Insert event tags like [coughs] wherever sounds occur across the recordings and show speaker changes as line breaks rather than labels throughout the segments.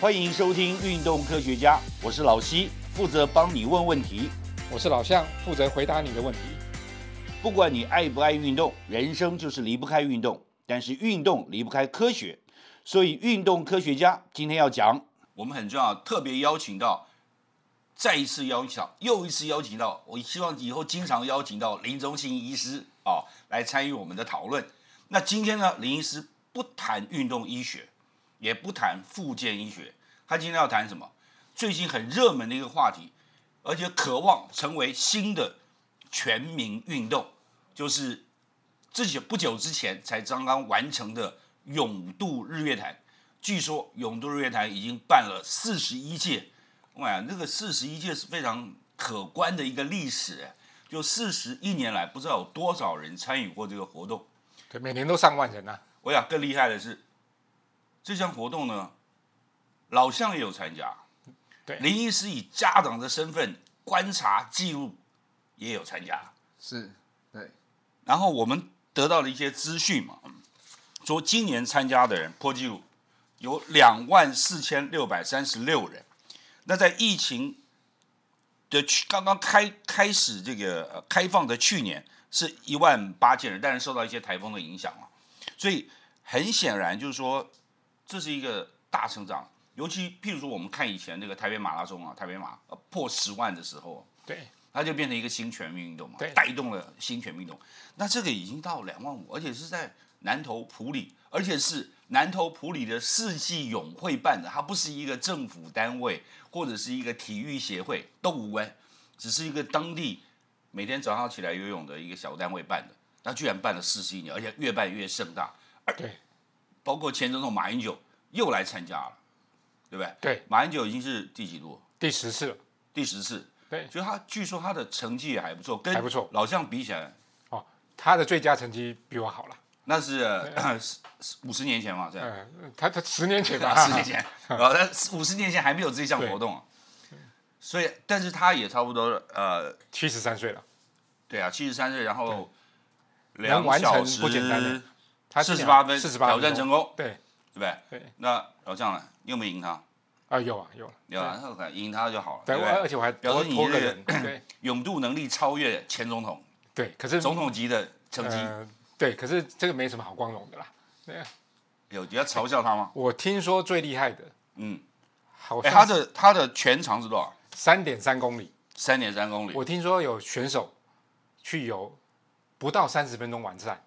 欢迎收听《运动科学家》，我是老西，负责帮你问问题。
我是老向，负责回答你的问题。
不管你爱不爱运动，人生就是离不开运动，但是运动离不开科学，所以运动科学家今天要讲，我们很重要，特别邀请到，再一次邀请到，又一次邀请到，我希望以后经常邀请到林中信医师啊、来参与我们的讨论。那今天呢，林医师不谈运动医学，也不谈复健医学，他今天要谈什么？最近很热门的一个话题，而且渴望成为新的全民运动，就是之前不久之前才刚刚完成的永渡日月潭。据说永渡日月潭已经办了四十一届，哇，那个四十一届是非常可观的一个历史，啊就四十一年来，不知道有多少人参与过这个活动。
对，每年都上万人啊呐、
我想更厉害的是，这项活动呢，老向也有参加，
对
林医师以家长的身份观察记录也有参加，
是，对，
然后我们得到了一些资讯嘛，嗯说今年参加的人破纪录有两万四千六百三十六人。那在疫情的去刚刚开开始这个、呃开放的去年是一万八千人，但是受到一些台风的影响啊，所以很显然就是说这是一个大成长。尤其譬如说我们看以前那个台北马拉松啊，台北马呃破十万的时候啊、
对，
它就变成一个新全民运动嘛
对，
带动了新全民运动。那这个已经到两万五，而且是在南投埔里，而且是南投埔里的世纪永会办的，它不是一个政府单位或者是一个体育协会都无关，只是一个当地每天早上起来游泳的一个小单位办的。那居然办了四十一年，而且越办越盛大，
对，
包括前总统马英九又来参加了，对不对？
对，
马英九已经是第几度？
第十次了。
第十次。
对，
就他据说他的成绩也还不错，跟
还不错
老将比起来，
哦，他的最佳成绩比我好了。
那是 [clears throat] 五十年前嘛，这样
嗯、他他十
[laughs]
年前吧，
十年
[laughs]
前，然后他五十年前还没有这项活动啊，所以但是他也差不多呃，
七十三岁了，
对啊，七十三岁，然后两
能完成
小时
不简单的他
四十八分，
四十八
挑战成功，
对，
对不对？
对，
那老将呢？你有没有赢他？
啊，有啊，有了。
有啊，那我看赢他就好了，
对，
对不
我
对
而？且我还
表
多
示你
多个
这个
人，
[laughs]
对
勇度能力超越前总统，
对，可是
总统级的成绩，
呃，对，可是这个没什么好光荣的啦。对啊，
有你要嘲笑他吗？
我听说最厉害的，
嗯，
好
哎，他
像
的他的全长是多少？
三点三公里，
三点三公里，
我听说有选手去游不到三十分钟完赛，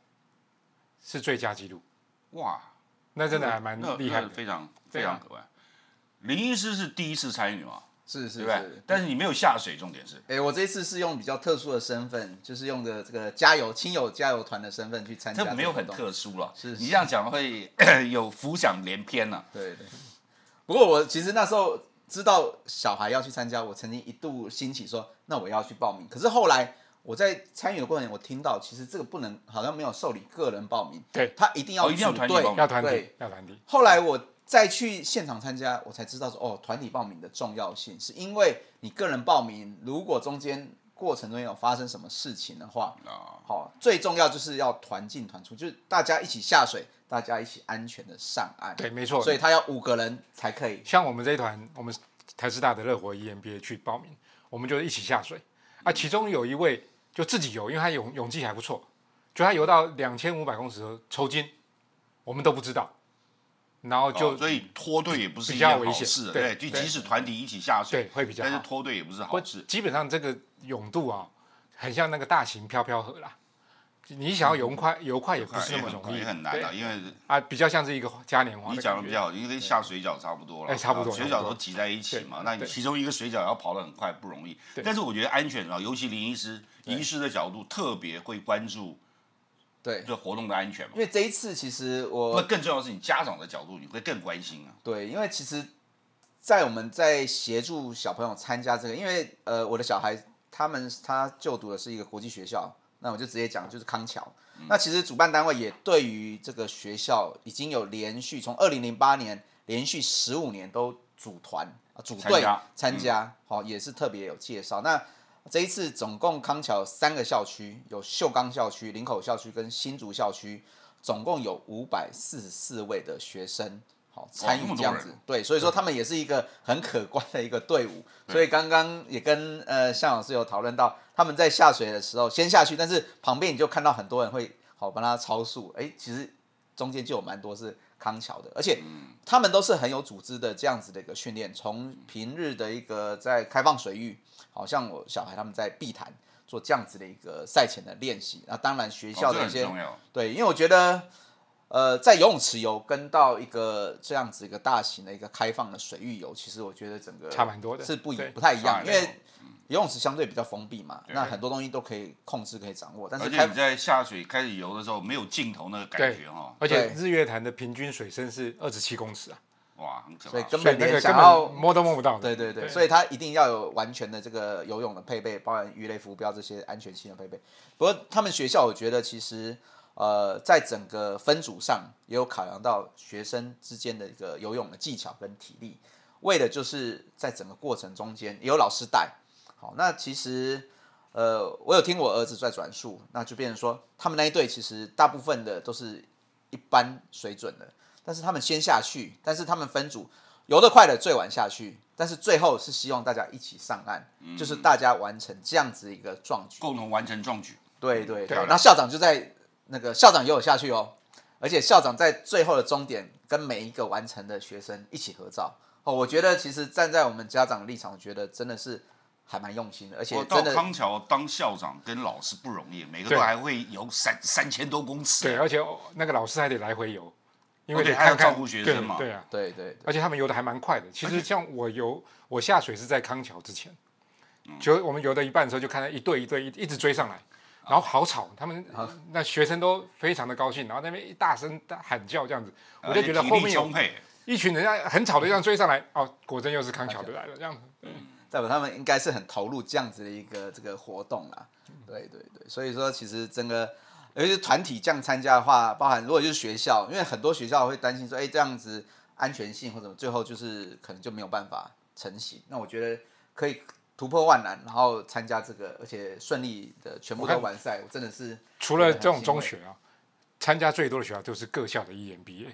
是最佳纪录，
哇！
那真的还蛮
嗯那
厉害
那
的。
非常非
对啊
常可观。林医师是第一次参与嘛，
是是
对不对
是？。
但是你没有下水，重点是
哎、我这一次是用比较特殊的身份，就是用的这个加油亲友加油团的身份去参加
这
个
没有
活
很
动。
特殊了。
是
你
是
这样讲会 [coughs] 有浮想联翩呐。
对对。不过我其实那时候知道小孩要去参加，我曾经一度兴起说，那我要去报名。可是后来我在参与的过程，我听到其实这个不能，好像没有受理个人报名，
对
他一定要
哦一定要
组
团体
队
报名
要团体
对，
要团体，
后来我再去现场参加，我才知道说哦，团体报名的重要性，是因为你个人报名，如果中间过程中有发生什么事情的话，
啊，
好、最重要就是要团进团出，就是大家一起下水，大家一起安全的上岸。
对，，没错。
所以他要五个人才可以。
像我们这一团，我们台师大的热 E 火 EMBA 去报名，我们就一起下水
嗯
啊。其中有一位就自己游，因为他泳泳技还不错，就他游到两千五百公尺的时候抽筋，我们都不知道，然后就、
哦所以脱队也不是一
比较
件
危
好
险
事，啊
对
就
对
即使团体一起下水，
对会比较
但是
好。
脱队也不是好
不，
事。
基本上这个泳度啊，很像那个大型漂漂河啦。你想要游快，游快也不是那么
嗯也很
容易，
哎也很难的，
对
因为
啊，比较像是一个嘉年华
你
的感
讲
觉。
的比较好，因为跟下水饺差不多了，啊
哎差不多
水
差
饺
不多
都挤在一起嘛。那你
对
其中一个水饺要跑得很快不容易，
对
但是我觉得安全啊，尤其林医师，医师的角度特别会关注
对，
这活动的安全嘛
因。为这一次其实
那
我
更重要的是，你家长的角度你会更关心啊。
对，因为其实，在我们在协助小朋友参加这个，因为呃，我的小孩他们他就读的是一个国际学校，那我就直接讲就是康桥。
嗯
那其实主办单位也对于这个学校已经有连续从二零零八年连续十五年都组团啊组
参
队
加嗯
参加，好、也是特别有介绍。那这一次总共康桥三个校区，有秀冈校区、林口校区跟新竹校区，总共有五百四十四位的学生。好好参
那
与
么多
这样
人嗯
子。对，所以说他们也是一个很可观的一个队伍。所以刚刚也跟呃向老师有讨论到，他们在下水的时候先下去，但是旁边你就看到很多人会好帮他超速。哎、其实中间就有蛮多是康桥的，而且
嗯
他们都是很有组织的这样子的一个训练，从平日的一个在开放水域，好像我小孩他们在碧潭做这样子的一个赛前的练习。那当然学校
哦这
的一
很
些、
重要。
对，因为我觉得，呃，在游泳池游跟到一个这样子一个大型的一个开放的水域游，其实我觉得整个
差蛮多的
是不一
对
不太一
差
样，
很
因
多
为游泳池相对比较封闭嘛，
对
那很多东西都可以控制、可以掌握，但是
而且
开
你在下水开始游的时候，没有尽头那个感觉哦，
而且
对
日月潭的平均水深是二十七公尺啊，
哇，很可
所以
怕。
根
所以
本
那个
连
根
想要
本摸都摸不到的。
对对对，所以它一定要有完全的这个游泳的配备，包含鱼类浮标这些安全性的配备。不过他们学校，我觉得其实呃，在整个分组上也有考量到学生之间的一个游泳的技巧跟体力，为的就是在整个过程中间也有老师带。好，那其实呃，我有听我儿子在转述，那就变成说他们那一队其实大部分的都是一般水准的，但是他们先下去，但是他们分组。游得快的最晚下去，但是最后是希望大家一起上岸，就是大家完成这样子一个壮举。
共同完成壮举，
对对
对
对，然后校长就在那个校长也有下去哦，而且校长在最后的终点跟每一个完成的学生一起合照哦。我觉得其实站在我们家长的立场，我觉得真的是还蛮用心的，而且
我到
真的
康桥当校长跟老师不容易，每个都
对
还会游三三千多公尺。啊
对，而且那个老师还得来回游，因为
哦对
得看
还要
看
照顾学生嘛
对对啊，
对对对
而且他们游的还蛮快的。其实像我游，我下水是在康桥之前，
嗯
就我们游到一半的时候，就看到一队一队一一直追上来，
啊
然后好吵，他们那学生都非常的高兴，然后那边一大声大喊叫这样子，我就觉得
而且体
后
啊力嗯
面有
充沛，
一群人家很吵的这样追上来，哦，果真又是康
啊
桥的来了这样子。
代表他们应该是很投入这样子的一个这个活动啦。对对对，所以说其实整个，尤其是团体这样参加的话，包含如果就是学校，因为很多学校会担心说，哎、这样子安全性或者最后就是可能就没有办法成型。那我觉得可以突破万难，然后参加这个，而且顺利的全部
我
都
看
完赛，我真的是
除了这种中学啊，参加最多的学校都是各校的 EMBA，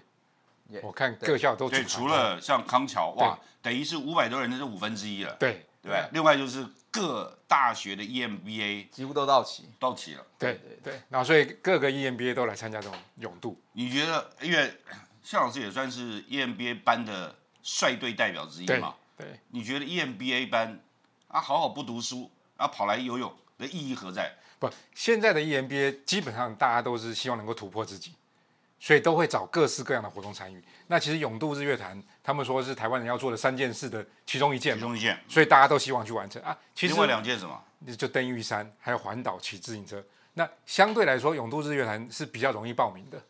也
我看
对
各校都组
对，
团
除了像康桥，哇，等于是五百多人，那是五分之一了，
对
对不对？另外就是各大学的 E EMBA
几乎都到齐。
到齐了。
对
对
对，然后所以各个 EMBA 都来参加这种勇度，
你觉得，因为向老师也算是 E EMBA 班的率队代表之一
对
嘛？
对，
你觉得 E EMBA 班啊，好好不读书啊，跑来游泳的意义何在？
不，现在的 E EMBA 基本上大家都是希望能够突破自己，所以都会找各式各样的活动参与。那其实勇度日月潭，他们说是台湾人要做的三件事的其中一件
其
嘛，
中一件，
所以大家都希望去完成啊。其实
另外两件是什么？
就登玉山，还有环岛骑自行车。那相对来说，勇度日月潭是比较容易报名的，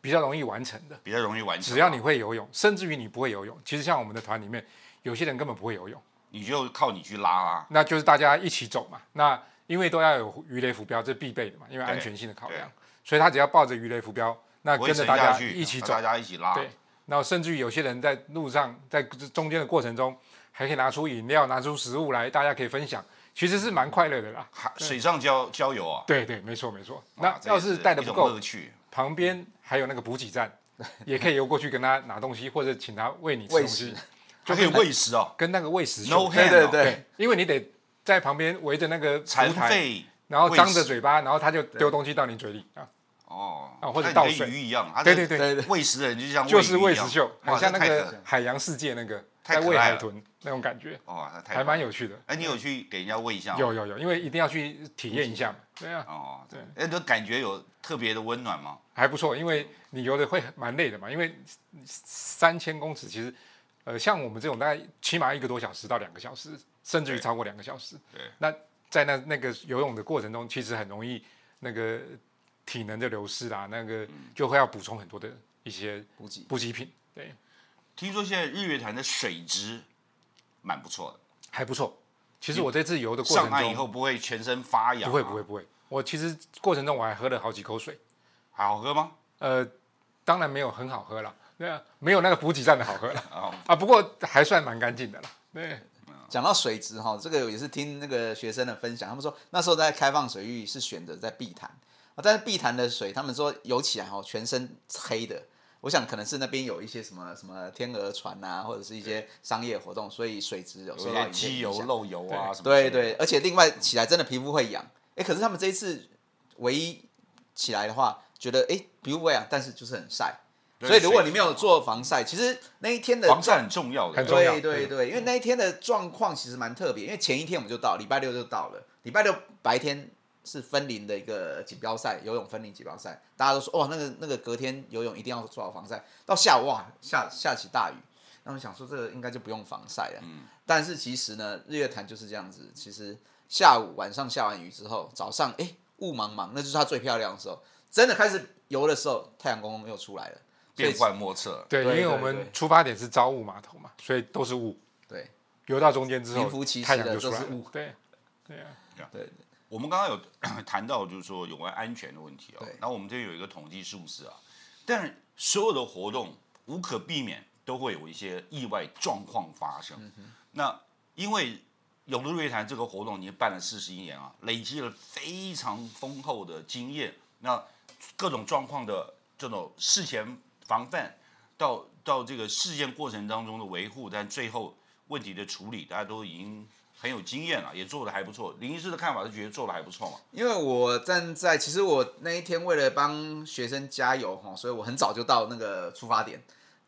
比较容易完成的。
比较容易完成。
只要你会游泳，甚至于你不会游泳，其实像我们的团里面，有些人根本不会游泳，
你就靠你去拉啊。
那就是大家一起走嘛。那因为都要有鱼雷浮标，这必备的嘛，因为
对
安全性的考
对
量，所以他只要抱着鱼雷浮标，那
不会
跟着
沉
大
下
家
去，
一起
和
走
大，家一起拉。
对，然后甚至于有些人在路上，在中间的过程中，还可以拿出饮料、拿出食物来，大家可以分享，其实是蛮快乐的啦。
还水上郊郊游啊，
对对，没错没错。
哇
那
这也
要是带的
一
不
种
够
乐，趣，
旁边还有那个补给 [laughs] 站，也可以游过去跟他拿东西，或者请他喂你吃
喂
东西
食，
还可以喂食哦，
跟那个喂食
No
秀
hand
对对
哦
对，
因为你得在旁边围着那个服务
残
台，
废
然后张
喂
着
食
嘴巴，然后他就丢东西到你嘴里啊。
哦，
啊或者
那你
倒
跟
水
鱼一样，它
对
的
对对，
对对，
喂食的人就像
就是
喂
喂
鱼一样
食秀，
哇
很像那
这太
个
可
海洋世界那个
太
在喂
可爱
海
了
豚那种感觉，
哇，那太
还蛮
棒了。
有趣的。
哎，你有去给人家喂一下吗？
有有有，因为一定要去体验一下嘛。对啊，
哦，
对
哎，那感觉有特别的温暖吗？
还不错，因为你游的会蛮累的嘛，因为三千公尺其实，呃，像我们这种大概起码一个多小时到两个小时，甚至于
对
超过两个小时。
对，
那在那那个游泳的过程中，其实很容易那个体能的流失啦，那
嗯
个就会要补充很多的一些
补给
补给品，对，
听说现在日月潭的水质蛮不错的，
还不错。其实我这次游的过
上
程
岸以
中，
后不会全身发痒，啊
不会不，会不会，我其实过程中我还喝了好几口水，
好喝吗？
呃，当然没有很好喝啦，那没有那个补给站的好喝啦。
哦，
啊，不过还算蛮干净的啦。对，
讲到水质哈，这个也是听那个学生的分享，他们说那时候在开放水域是选择在碧潭，啊但是碧潭的水，他们说游起来哈，全身黑的。我想可能是那边有一些什么什么天鹅船啊，或者是一些商业活动，所以水质有
有
受
一
到
些
一些
机
影
油
响
漏油啊什么之类的。
对对，而且另外起来真的皮肤会痒。哎，可是他们这一次唯一起来的话，觉得哎皮肤不会痒，但是就是很晒。
对
所以如果你没有做防晒，其实那一天的
防晒很重要的
很。重要嗯
对对对，因为那一天的状况其实蛮特别，因为前一天我们就到，礼拜六就到了，礼拜六白天是分龄的一个锦标赛，游泳分龄锦标赛，大家都说哇，哦那个那个隔天游泳一定要做好防晒，到下午哇下下起大雨，那我想说这个应该就不用防晒了，
嗯
但是其实呢，日月潭就是这样子，其实下午晚上下完雨之后，早上哎雾茫茫，那就是它最漂亮的时候，真的开始游的时候，太阳公公又出来了，所以
变幻莫测。
对，因
对
为
对
我
对
们出发点是朝雾码头嘛，所以都是雾。
对，
游到中间之后
名副其，实
太阳
的
就出
都
来
是
了
雾。
对，对啊，
我们刚刚有 [coughs] 谈到，就是说有关安全的问题哦
对。
那我们这边有一个统计数字啊，但所有的活动无可避免都会有一些意外状况发生。那因为永乐乐坛这个活动已经办了四十一年啊，累积了非常丰厚的经验。那各种状况的这种事前防范，到到这个事件过程当中的维护，但最后问题的处理，大家都已经很有经验啊了，也做的还不错。林医师的看法是觉得做的还不错嘛？
因为我站在，其实我那一天为了帮学生加油哈，所以我很早就到那个出发点，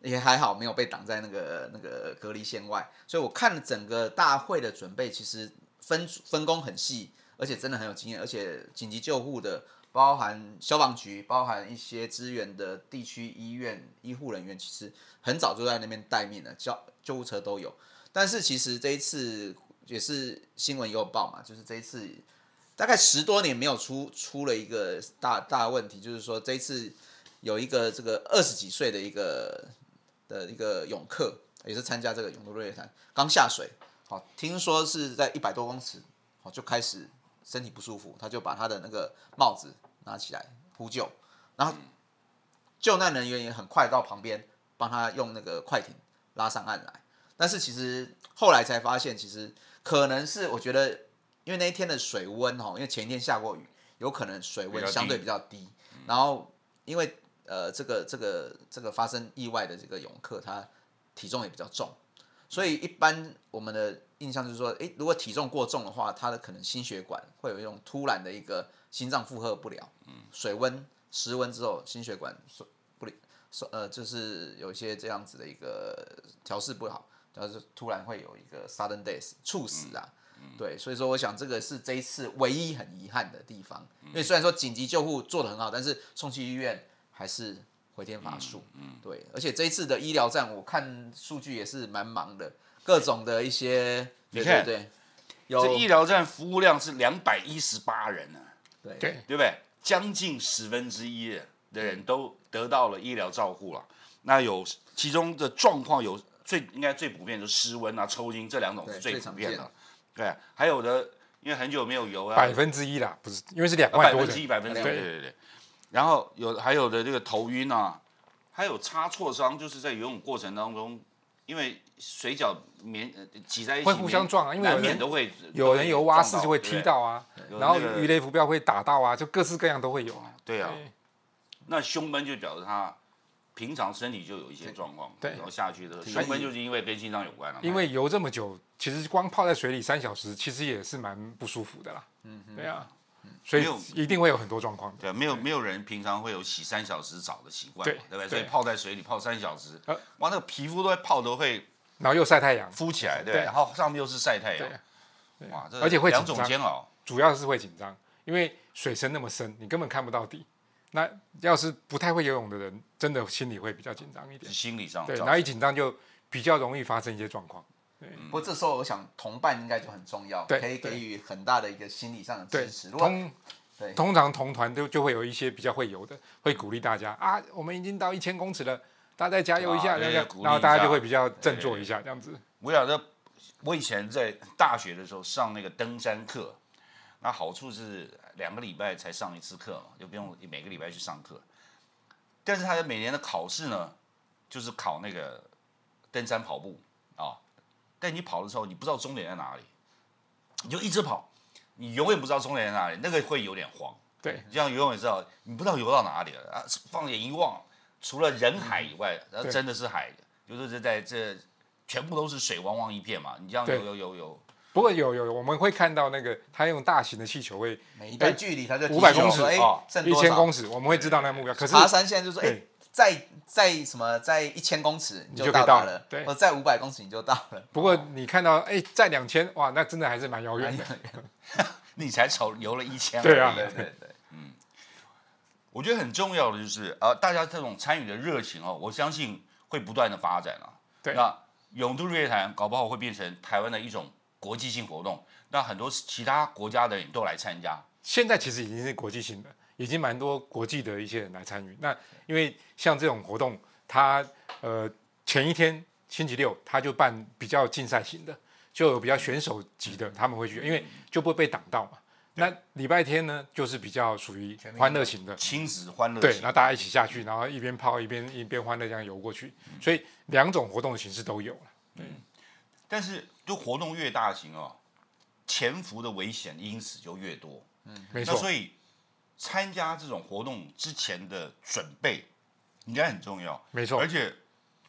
也还好没有被挡在那个那个隔离线外，所以我看了整个大会的准备，其实分组分工很细，而且真的很有经验，而且紧急救护的。包含消防局，包含一些支援的地区医院医护人员，其实很早就在那边待命了，救救护车都有。但是其实这一次也是新闻也有报嘛，就是这一次大概十多年没有出出了一个大大问题，就是说这一次有一个这个二十几岁的一个的一个泳客，也是参加这个泳路乐坛，刚下水，好、听说是在一百多公尺，好、就开始身体不舒服，他就把他的那个帽子拿起来呼救，然后救难人员也很快到旁边帮他用那个快艇拉上岸来，但是其实后来才发现，其实可能是我觉得因为那一天的水温哦，因为前一天下过雨，有可能水
比
温
较低嗯
相对比较低。然后因为呃这个这个这个发生意外的这个泳客，他体重也比较重，所以一般我们的印象就是说，诶，如果体重过重的话，他的可能心血管会有一种突然的一个心脏负荷不了，
嗯
水温失温之后，心血管受不了，受呃就是有一些这样子的一个调试不好，然后就突然会有一个 sudden death 猝死啊。对，所以说我想这个是这一次唯一很遗憾的地方，因为虽然说紧急救护做得很好，但是送去医院还是回天乏术。嗯，对，而且这一次的医疗站，我看数据也是蛮忙的，各种的一些，
你
对
看
对对，
这医
有
疗站服务量是两百一十八人呢、
对
对，
对不对？将近十分之一的人都得到了医疗照护了。那有其中的状况有最应该最普遍就是湿温啊、抽筋这两种是
对
最
最
普
常
遍
见
的
的。
对，还有的因为很久没有游啊，
百分之一啦，不是，因为是两
百
万多
分之一、
人，
百分之一，对
对
对对。然后有还有的这个头晕啊，还有擦挫伤，就是在游泳过程当中，因为水饺绵呃挤在一起
会
绵，
互相撞啊因为有
难免
人
都会
有人游蛙式就会踢，到啊，然后鱼
鱼
雷浮标会打到啊，就各式各样都会有啊。
对啊，
对
那胸闷就表示他平常身体就有一些状况，
对
然后下去的
体
胸闷
力
就是因为跟心脏有关了嘛，
因为游这么久，其实光泡在水里三小时，其实也是蛮不舒服的啦。嗯，对啊，所以
没有
一定会有很多状况的。
对啊没有没有人平常会有洗三小时澡的习惯嘛，对
对
不对？
对
所以泡在水里泡三小时
呃，
哇，那个皮肤都会泡都会
然后又晒太阳，
敷起来，对不对，
对
然后上面又是晒太阳
对，
哇，这
而且会
两
紧
种
张
煎熬，
主要是会紧张，因为水深那么深，你根本看不到底。那要是不太会游泳的人，真的心里会比较紧张一
是
点。
心理上
对，
造
然后
成
一紧张就比较容易发生一些状况。
不过这时候我想同伴应该就很重要，
对
可以给
对
予很大的一个心理上的
对
支持。，如果
通
对
通常同团都就会有一些比较会游的，会鼓励大家啊，我们已经到一千公尺了，大家再加油一
啊
下，
对
这样
鼓励一下
然后大家就会比较振作一下，这样子。
我想着，我以前在大学的时候上那个登山课，那好处是两个礼拜才上一次课嘛，就不用每个礼拜去上课。但是他的每年的考试呢，就是考那个登山跑步啊。但你跑的时候，你不知道终点在哪里，你就一直跑，你永远不知道终点在哪里，那个会有点慌。
对
啊就像游泳也知道，你不知道游到哪里了啊，放眼一望，除了人海以外，那
对
真的是海，就是这在这全部都是水汪汪一片嘛。你这样
对
游游游游，
不过有有，我们会看到那个他用大型的气球会
每一段距离他就
哎五百
提醒
公
我
尺
说哎
哦，
剩
一
多
千
少？
公尺，我们会知道那个目标。可是
爬山现在就说，哎
对，
在在什么，在一千公尺你
你就可以
到
到
达
了
了，
对
或者在五百公尺你就到了。
不过你看到哎，在两千哇，那真的还是蛮遥远的。
你才朝游了一千，
对啊
对对对，
嗯我觉得很重要的就是呃，大家这种参与的热情哦，我相信会不断的发展啊。
对
那永渡日月潭搞不好会变成台湾的一种国际性活动，那很多其他国家的人都来参加。
现在其实已经是国际性的，已经蛮多国际的一些人来参与。那因为像这种活动，它呃前一天星期六，它就办比较竞赛型的，就有比较选手级的，他们会去，因为就不会被挡到嘛。那礼拜天呢，就是比较属于欢乐型的，
亲子欢乐
对，
行
那大家一起下去，然后一边泡一边一边欢乐这样游过去，所以两种活动的形式都有了。
但是就活动越大型哦，潜伏的危险因子就越多。
没
那
错，
所以参加这种活动之前的准备应该很重要，
没错
而，且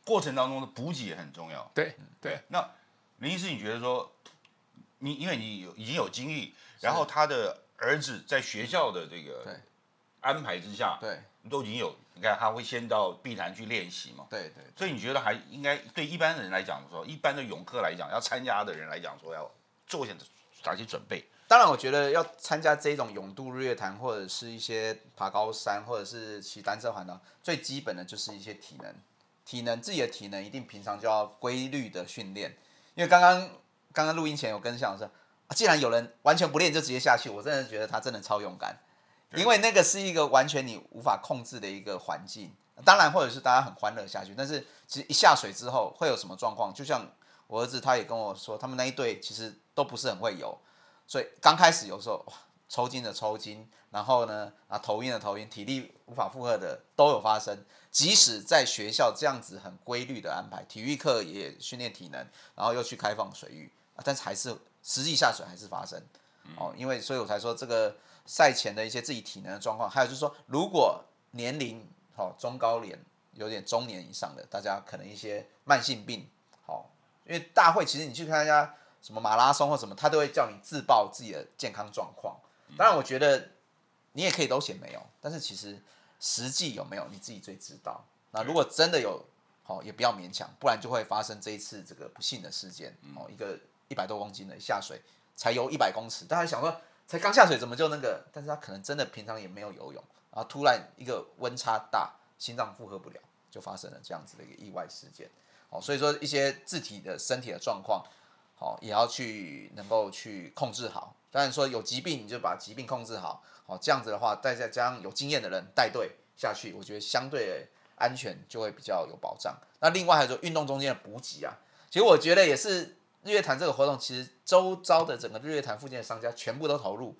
过程当中的补给也很重要。
对对。
那林医师，你觉得说你因为你有已经有经历，然后他的儿子在学校的这
对
个安排之下，
对
都已经有，你看他会先到碧潭去练习嘛。
对对。
所以你觉得还应该对一般人来讲说，一般的泳客来讲，要参加的人来讲说，要做些哪些准备？
当然，我觉得要参加这种永渡日月潭，或者是一些爬高山，或者是骑单车环岛，最基本的就是一些体能。体能自己的体能一定平常就要规律的训练，因为刚刚刚刚录音前有跟向老师说、啊，既然有人完全不练就直接下去，我真的觉得他真的超勇敢，因为那个是一个完全你无法控制的一个环境。当然，或者是大家很欢乐下去，但是其实一下水之后会有什么状况？就像我儿子他也跟我说，他们那一队其实都不是很会游，所以刚开始有时候哇，抽筋的抽筋，然后呢啊头晕的头晕，体力无法负荷的都有发生。即使在学校这样子很规律的安排，体育课也训练体能，然后又去开放水域，啊、但是还是实际下水还是发生。哦，因为所以我才说这个赛前的一些自己体能的状况，还有就是说，如果年龄哦中高龄有点中年以上的，大家可能一些慢性病，好、因为大会其实你去参加什么马拉松或什么，他都会叫你自报自己的健康状况。当然，我觉得你也可以都写没有，但是其实实际有没有你自己最知道。那如果真的有，好、也不要勉强，不然就会发生这一次这个不幸的事件。哦，一个一百多公斤的下水才游一百公尺，大家想说才刚下水怎么就那个？但是他可能真的平常也没有游泳，然后突然一个温差大，心脏负荷不了，就发生了这样子的一个意外事件。哦，所以说一些自体的身体的状况，好、哦也要去能够去控制好。当然说有疾病你就把疾病控制好，好、这样子的话，再再加上有经验的人带队下去，我觉得相对安全就会比较有保障。那另外还有说运动中间的补给啊，其实我觉得也是日月潭这个活动，其实周遭的整个日月潭附近的商家全部都投入。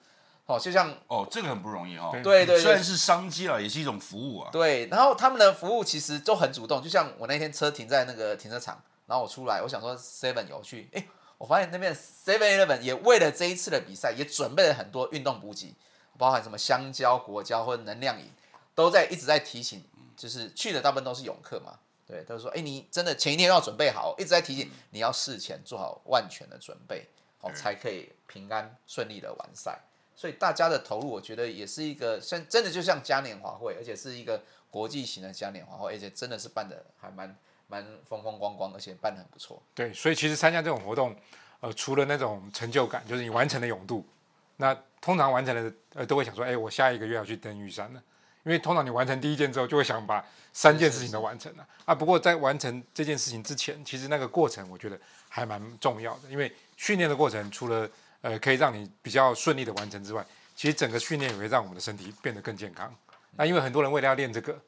哦，就像
哦，这个很不容易哦。
对
对对
虽
对
然是商机啊，也是一种服务啊。
对，然后他们的服务其实都很主动，就像我那天车停在那个停车场，然后我出来，我想说 Seven 有去，哎，我发现那边 Seven Eleven 也为了这一次的比赛，也准备了很多运动补给，包含什么香蕉、果胶或者能量饮，都在一直在提醒，就是去的大部分都是泳客嘛，对，都说，哎，你真的前一天要准备好，一直在提醒你要事前做好万全的准备，哦，才可以平安顺利的完赛。所以大家的投入，我觉得也是一个像真的就像嘉年华会，而且是一个国际型的嘉年华会，而且真的是办的还蛮蛮风风光光，而且办的很不错。
对，所以其实参加这种活动，呃，除了那种成就感，就是你完成了泳渡，那通常完成了，呃，都会想说，哎，我下一个月要去登玉山了，因为通常你完成第一件之后，就会想把三件事情都完成了啊。不过在完成这件事情之前，其实那个过程我觉得还蛮重要的，因为训练的过程除了呃可以让你比较顺利的完成之外，其实整个训练也会让我们的身体变得更健康。那因为很多人为了要练这个，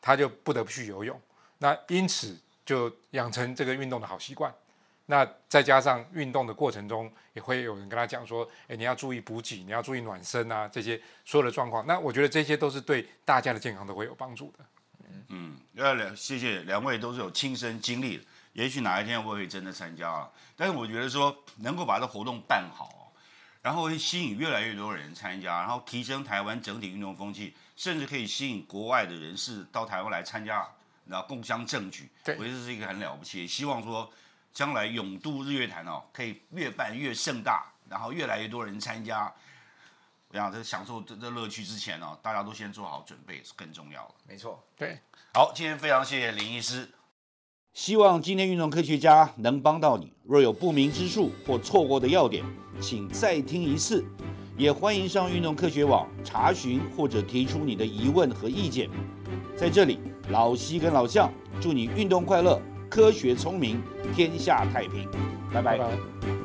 他就不得不去游泳，那因此就养成这个运动的好习惯。那再加上运动的过程中，也会有人跟他讲说，哎，你要注意补给，你要注意暖身啊，这些所有的状况。那我觉得这些都是对大家的健康都会有帮助的。
嗯，要两谢谢两位都是有亲身经历的，也许哪一天我也会真的参加啊。但是我觉得说能够把这活动办好哦，然后会吸引越来越多人参加，然后提升台湾整体运动风气，甚至可以吸引国外的人士到台湾来参加，然后共襄盛举，
对
我觉得这是一个很了不起。也希望说将来永渡日月潭哦，可以越办越盛大，然后越来越多人参加。我想在享受这这乐趣之前哦，大家都先做好准备是更重要的。
没错。
对，
好，今天非常谢谢林医师。希望今天运动科学家能帮到你。若有不明之处或错过的要点，请再听一次。也欢迎上运动科学网查询或者提出你的疑问和意见。在这里，老西跟老向祝你运动快乐，科学聪明，天下太平。拜拜
拜拜